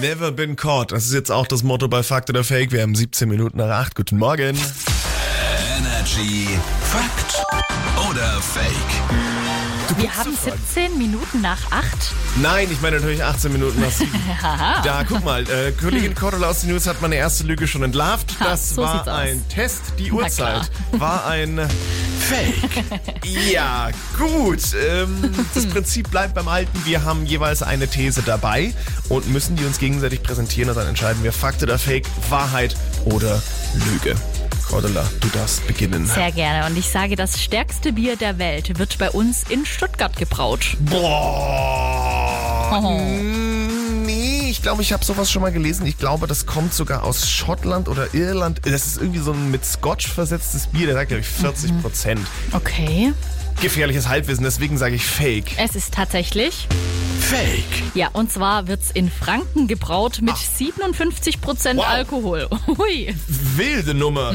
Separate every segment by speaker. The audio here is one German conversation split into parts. Speaker 1: Never been caught. Das ist jetzt auch das Motto bei Fakt oder Fake. Wir haben 17 Minuten nach 8. Guten Morgen.
Speaker 2: Energy Fakt oder Fake?
Speaker 1: guckst
Speaker 3: Wir haben 17 Minuten nach 8.
Speaker 1: Nein, ich meine natürlich 18 Minuten nach 7. da, guck mal. Äh, Königin Cordula aus den News hat meine erste Lüge schon entlarvt.
Speaker 3: Hm. Ha,
Speaker 1: Das
Speaker 3: so
Speaker 1: war
Speaker 3: sieht's aus.
Speaker 1: ein Test. Die
Speaker 3: Na
Speaker 1: Uhrzeit war ein Fake. ja, gut. Ähm, das Prinzip bleibt beim Alten. Wir haben jeweils eine These dabei und müssen die uns gegenseitig präsentieren. Und dann entscheiden wir Fakt oder Fake, Wahrheit oder Lüge. Cordula, du darfst beginnen.
Speaker 3: Sehr gerne. Und ich sage, das stärkste Bier der Welt wird bei uns in Stuttgart gebraut.
Speaker 1: Boah. Hm,
Speaker 3: Oh.
Speaker 1: Nee, ich glaube, ich habe sowas schon mal gelesen. Ich glaube, das kommt sogar aus Schottland oder Irland. Das ist irgendwie so ein mit Scotch versetztes Bier. Der sagt, glaube ich, 40 Prozent.
Speaker 3: Okay.
Speaker 1: Gefährliches Halbwissen, deswegen sage ich Fake.
Speaker 3: Es ist tatsächlich.
Speaker 1: Fake.
Speaker 3: Ja, und zwar wird's in Franken gebraut mit 57 Prozent
Speaker 1: Wow.
Speaker 3: Alkohol. Hui.
Speaker 1: Wilde Nummer.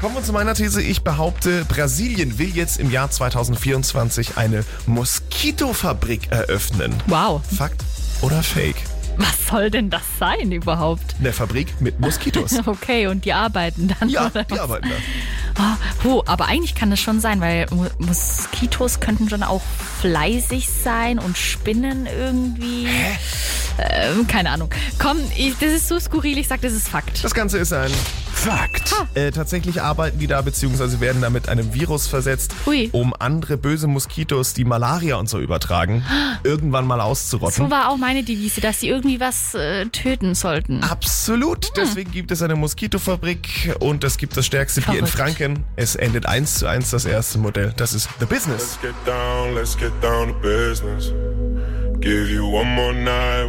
Speaker 1: Kommen wir zu meiner These. Ich behaupte, Brasilien will jetzt im Jahr 2024 eine Moskitofabrik eröffnen.
Speaker 3: Wow.
Speaker 1: Fakt oder Fake?
Speaker 3: Was soll denn das sein überhaupt?
Speaker 1: Eine Fabrik mit Moskitos.
Speaker 3: Okay, und die arbeiten dann.
Speaker 1: ja,
Speaker 3: oder?
Speaker 1: die arbeiten da.
Speaker 3: Ah, Puh, aber eigentlich kann das schon sein, weil Mo- Moskitos könnten schon auch fleißig sein und spinnen irgendwie. Ähm, keine Ahnung. Komm, ich, das ist so skurril, ich sag, das ist Fakt.
Speaker 1: Das Ganze ist ein
Speaker 2: Fakt.
Speaker 1: Äh, tatsächlich arbeiten die da, beziehungsweise werden da mit einem Virus versetzt,
Speaker 3: Ui.
Speaker 1: um andere böse Moskitos, die Malaria und so übertragen, irgendwann mal auszurotten.
Speaker 3: So war auch meine Devise, dass sie irgendwie was äh, töten sollten. Hm.
Speaker 1: Absolut. Deswegen gibt es eine Moskitofabrik und es gibt das stärkste Bier in
Speaker 3: Verrückt.
Speaker 1: Franken. Es endet eins zu eins das erste Modell. Das ist The Business.
Speaker 4: Let's get down, let's get down to business. Give you one more night.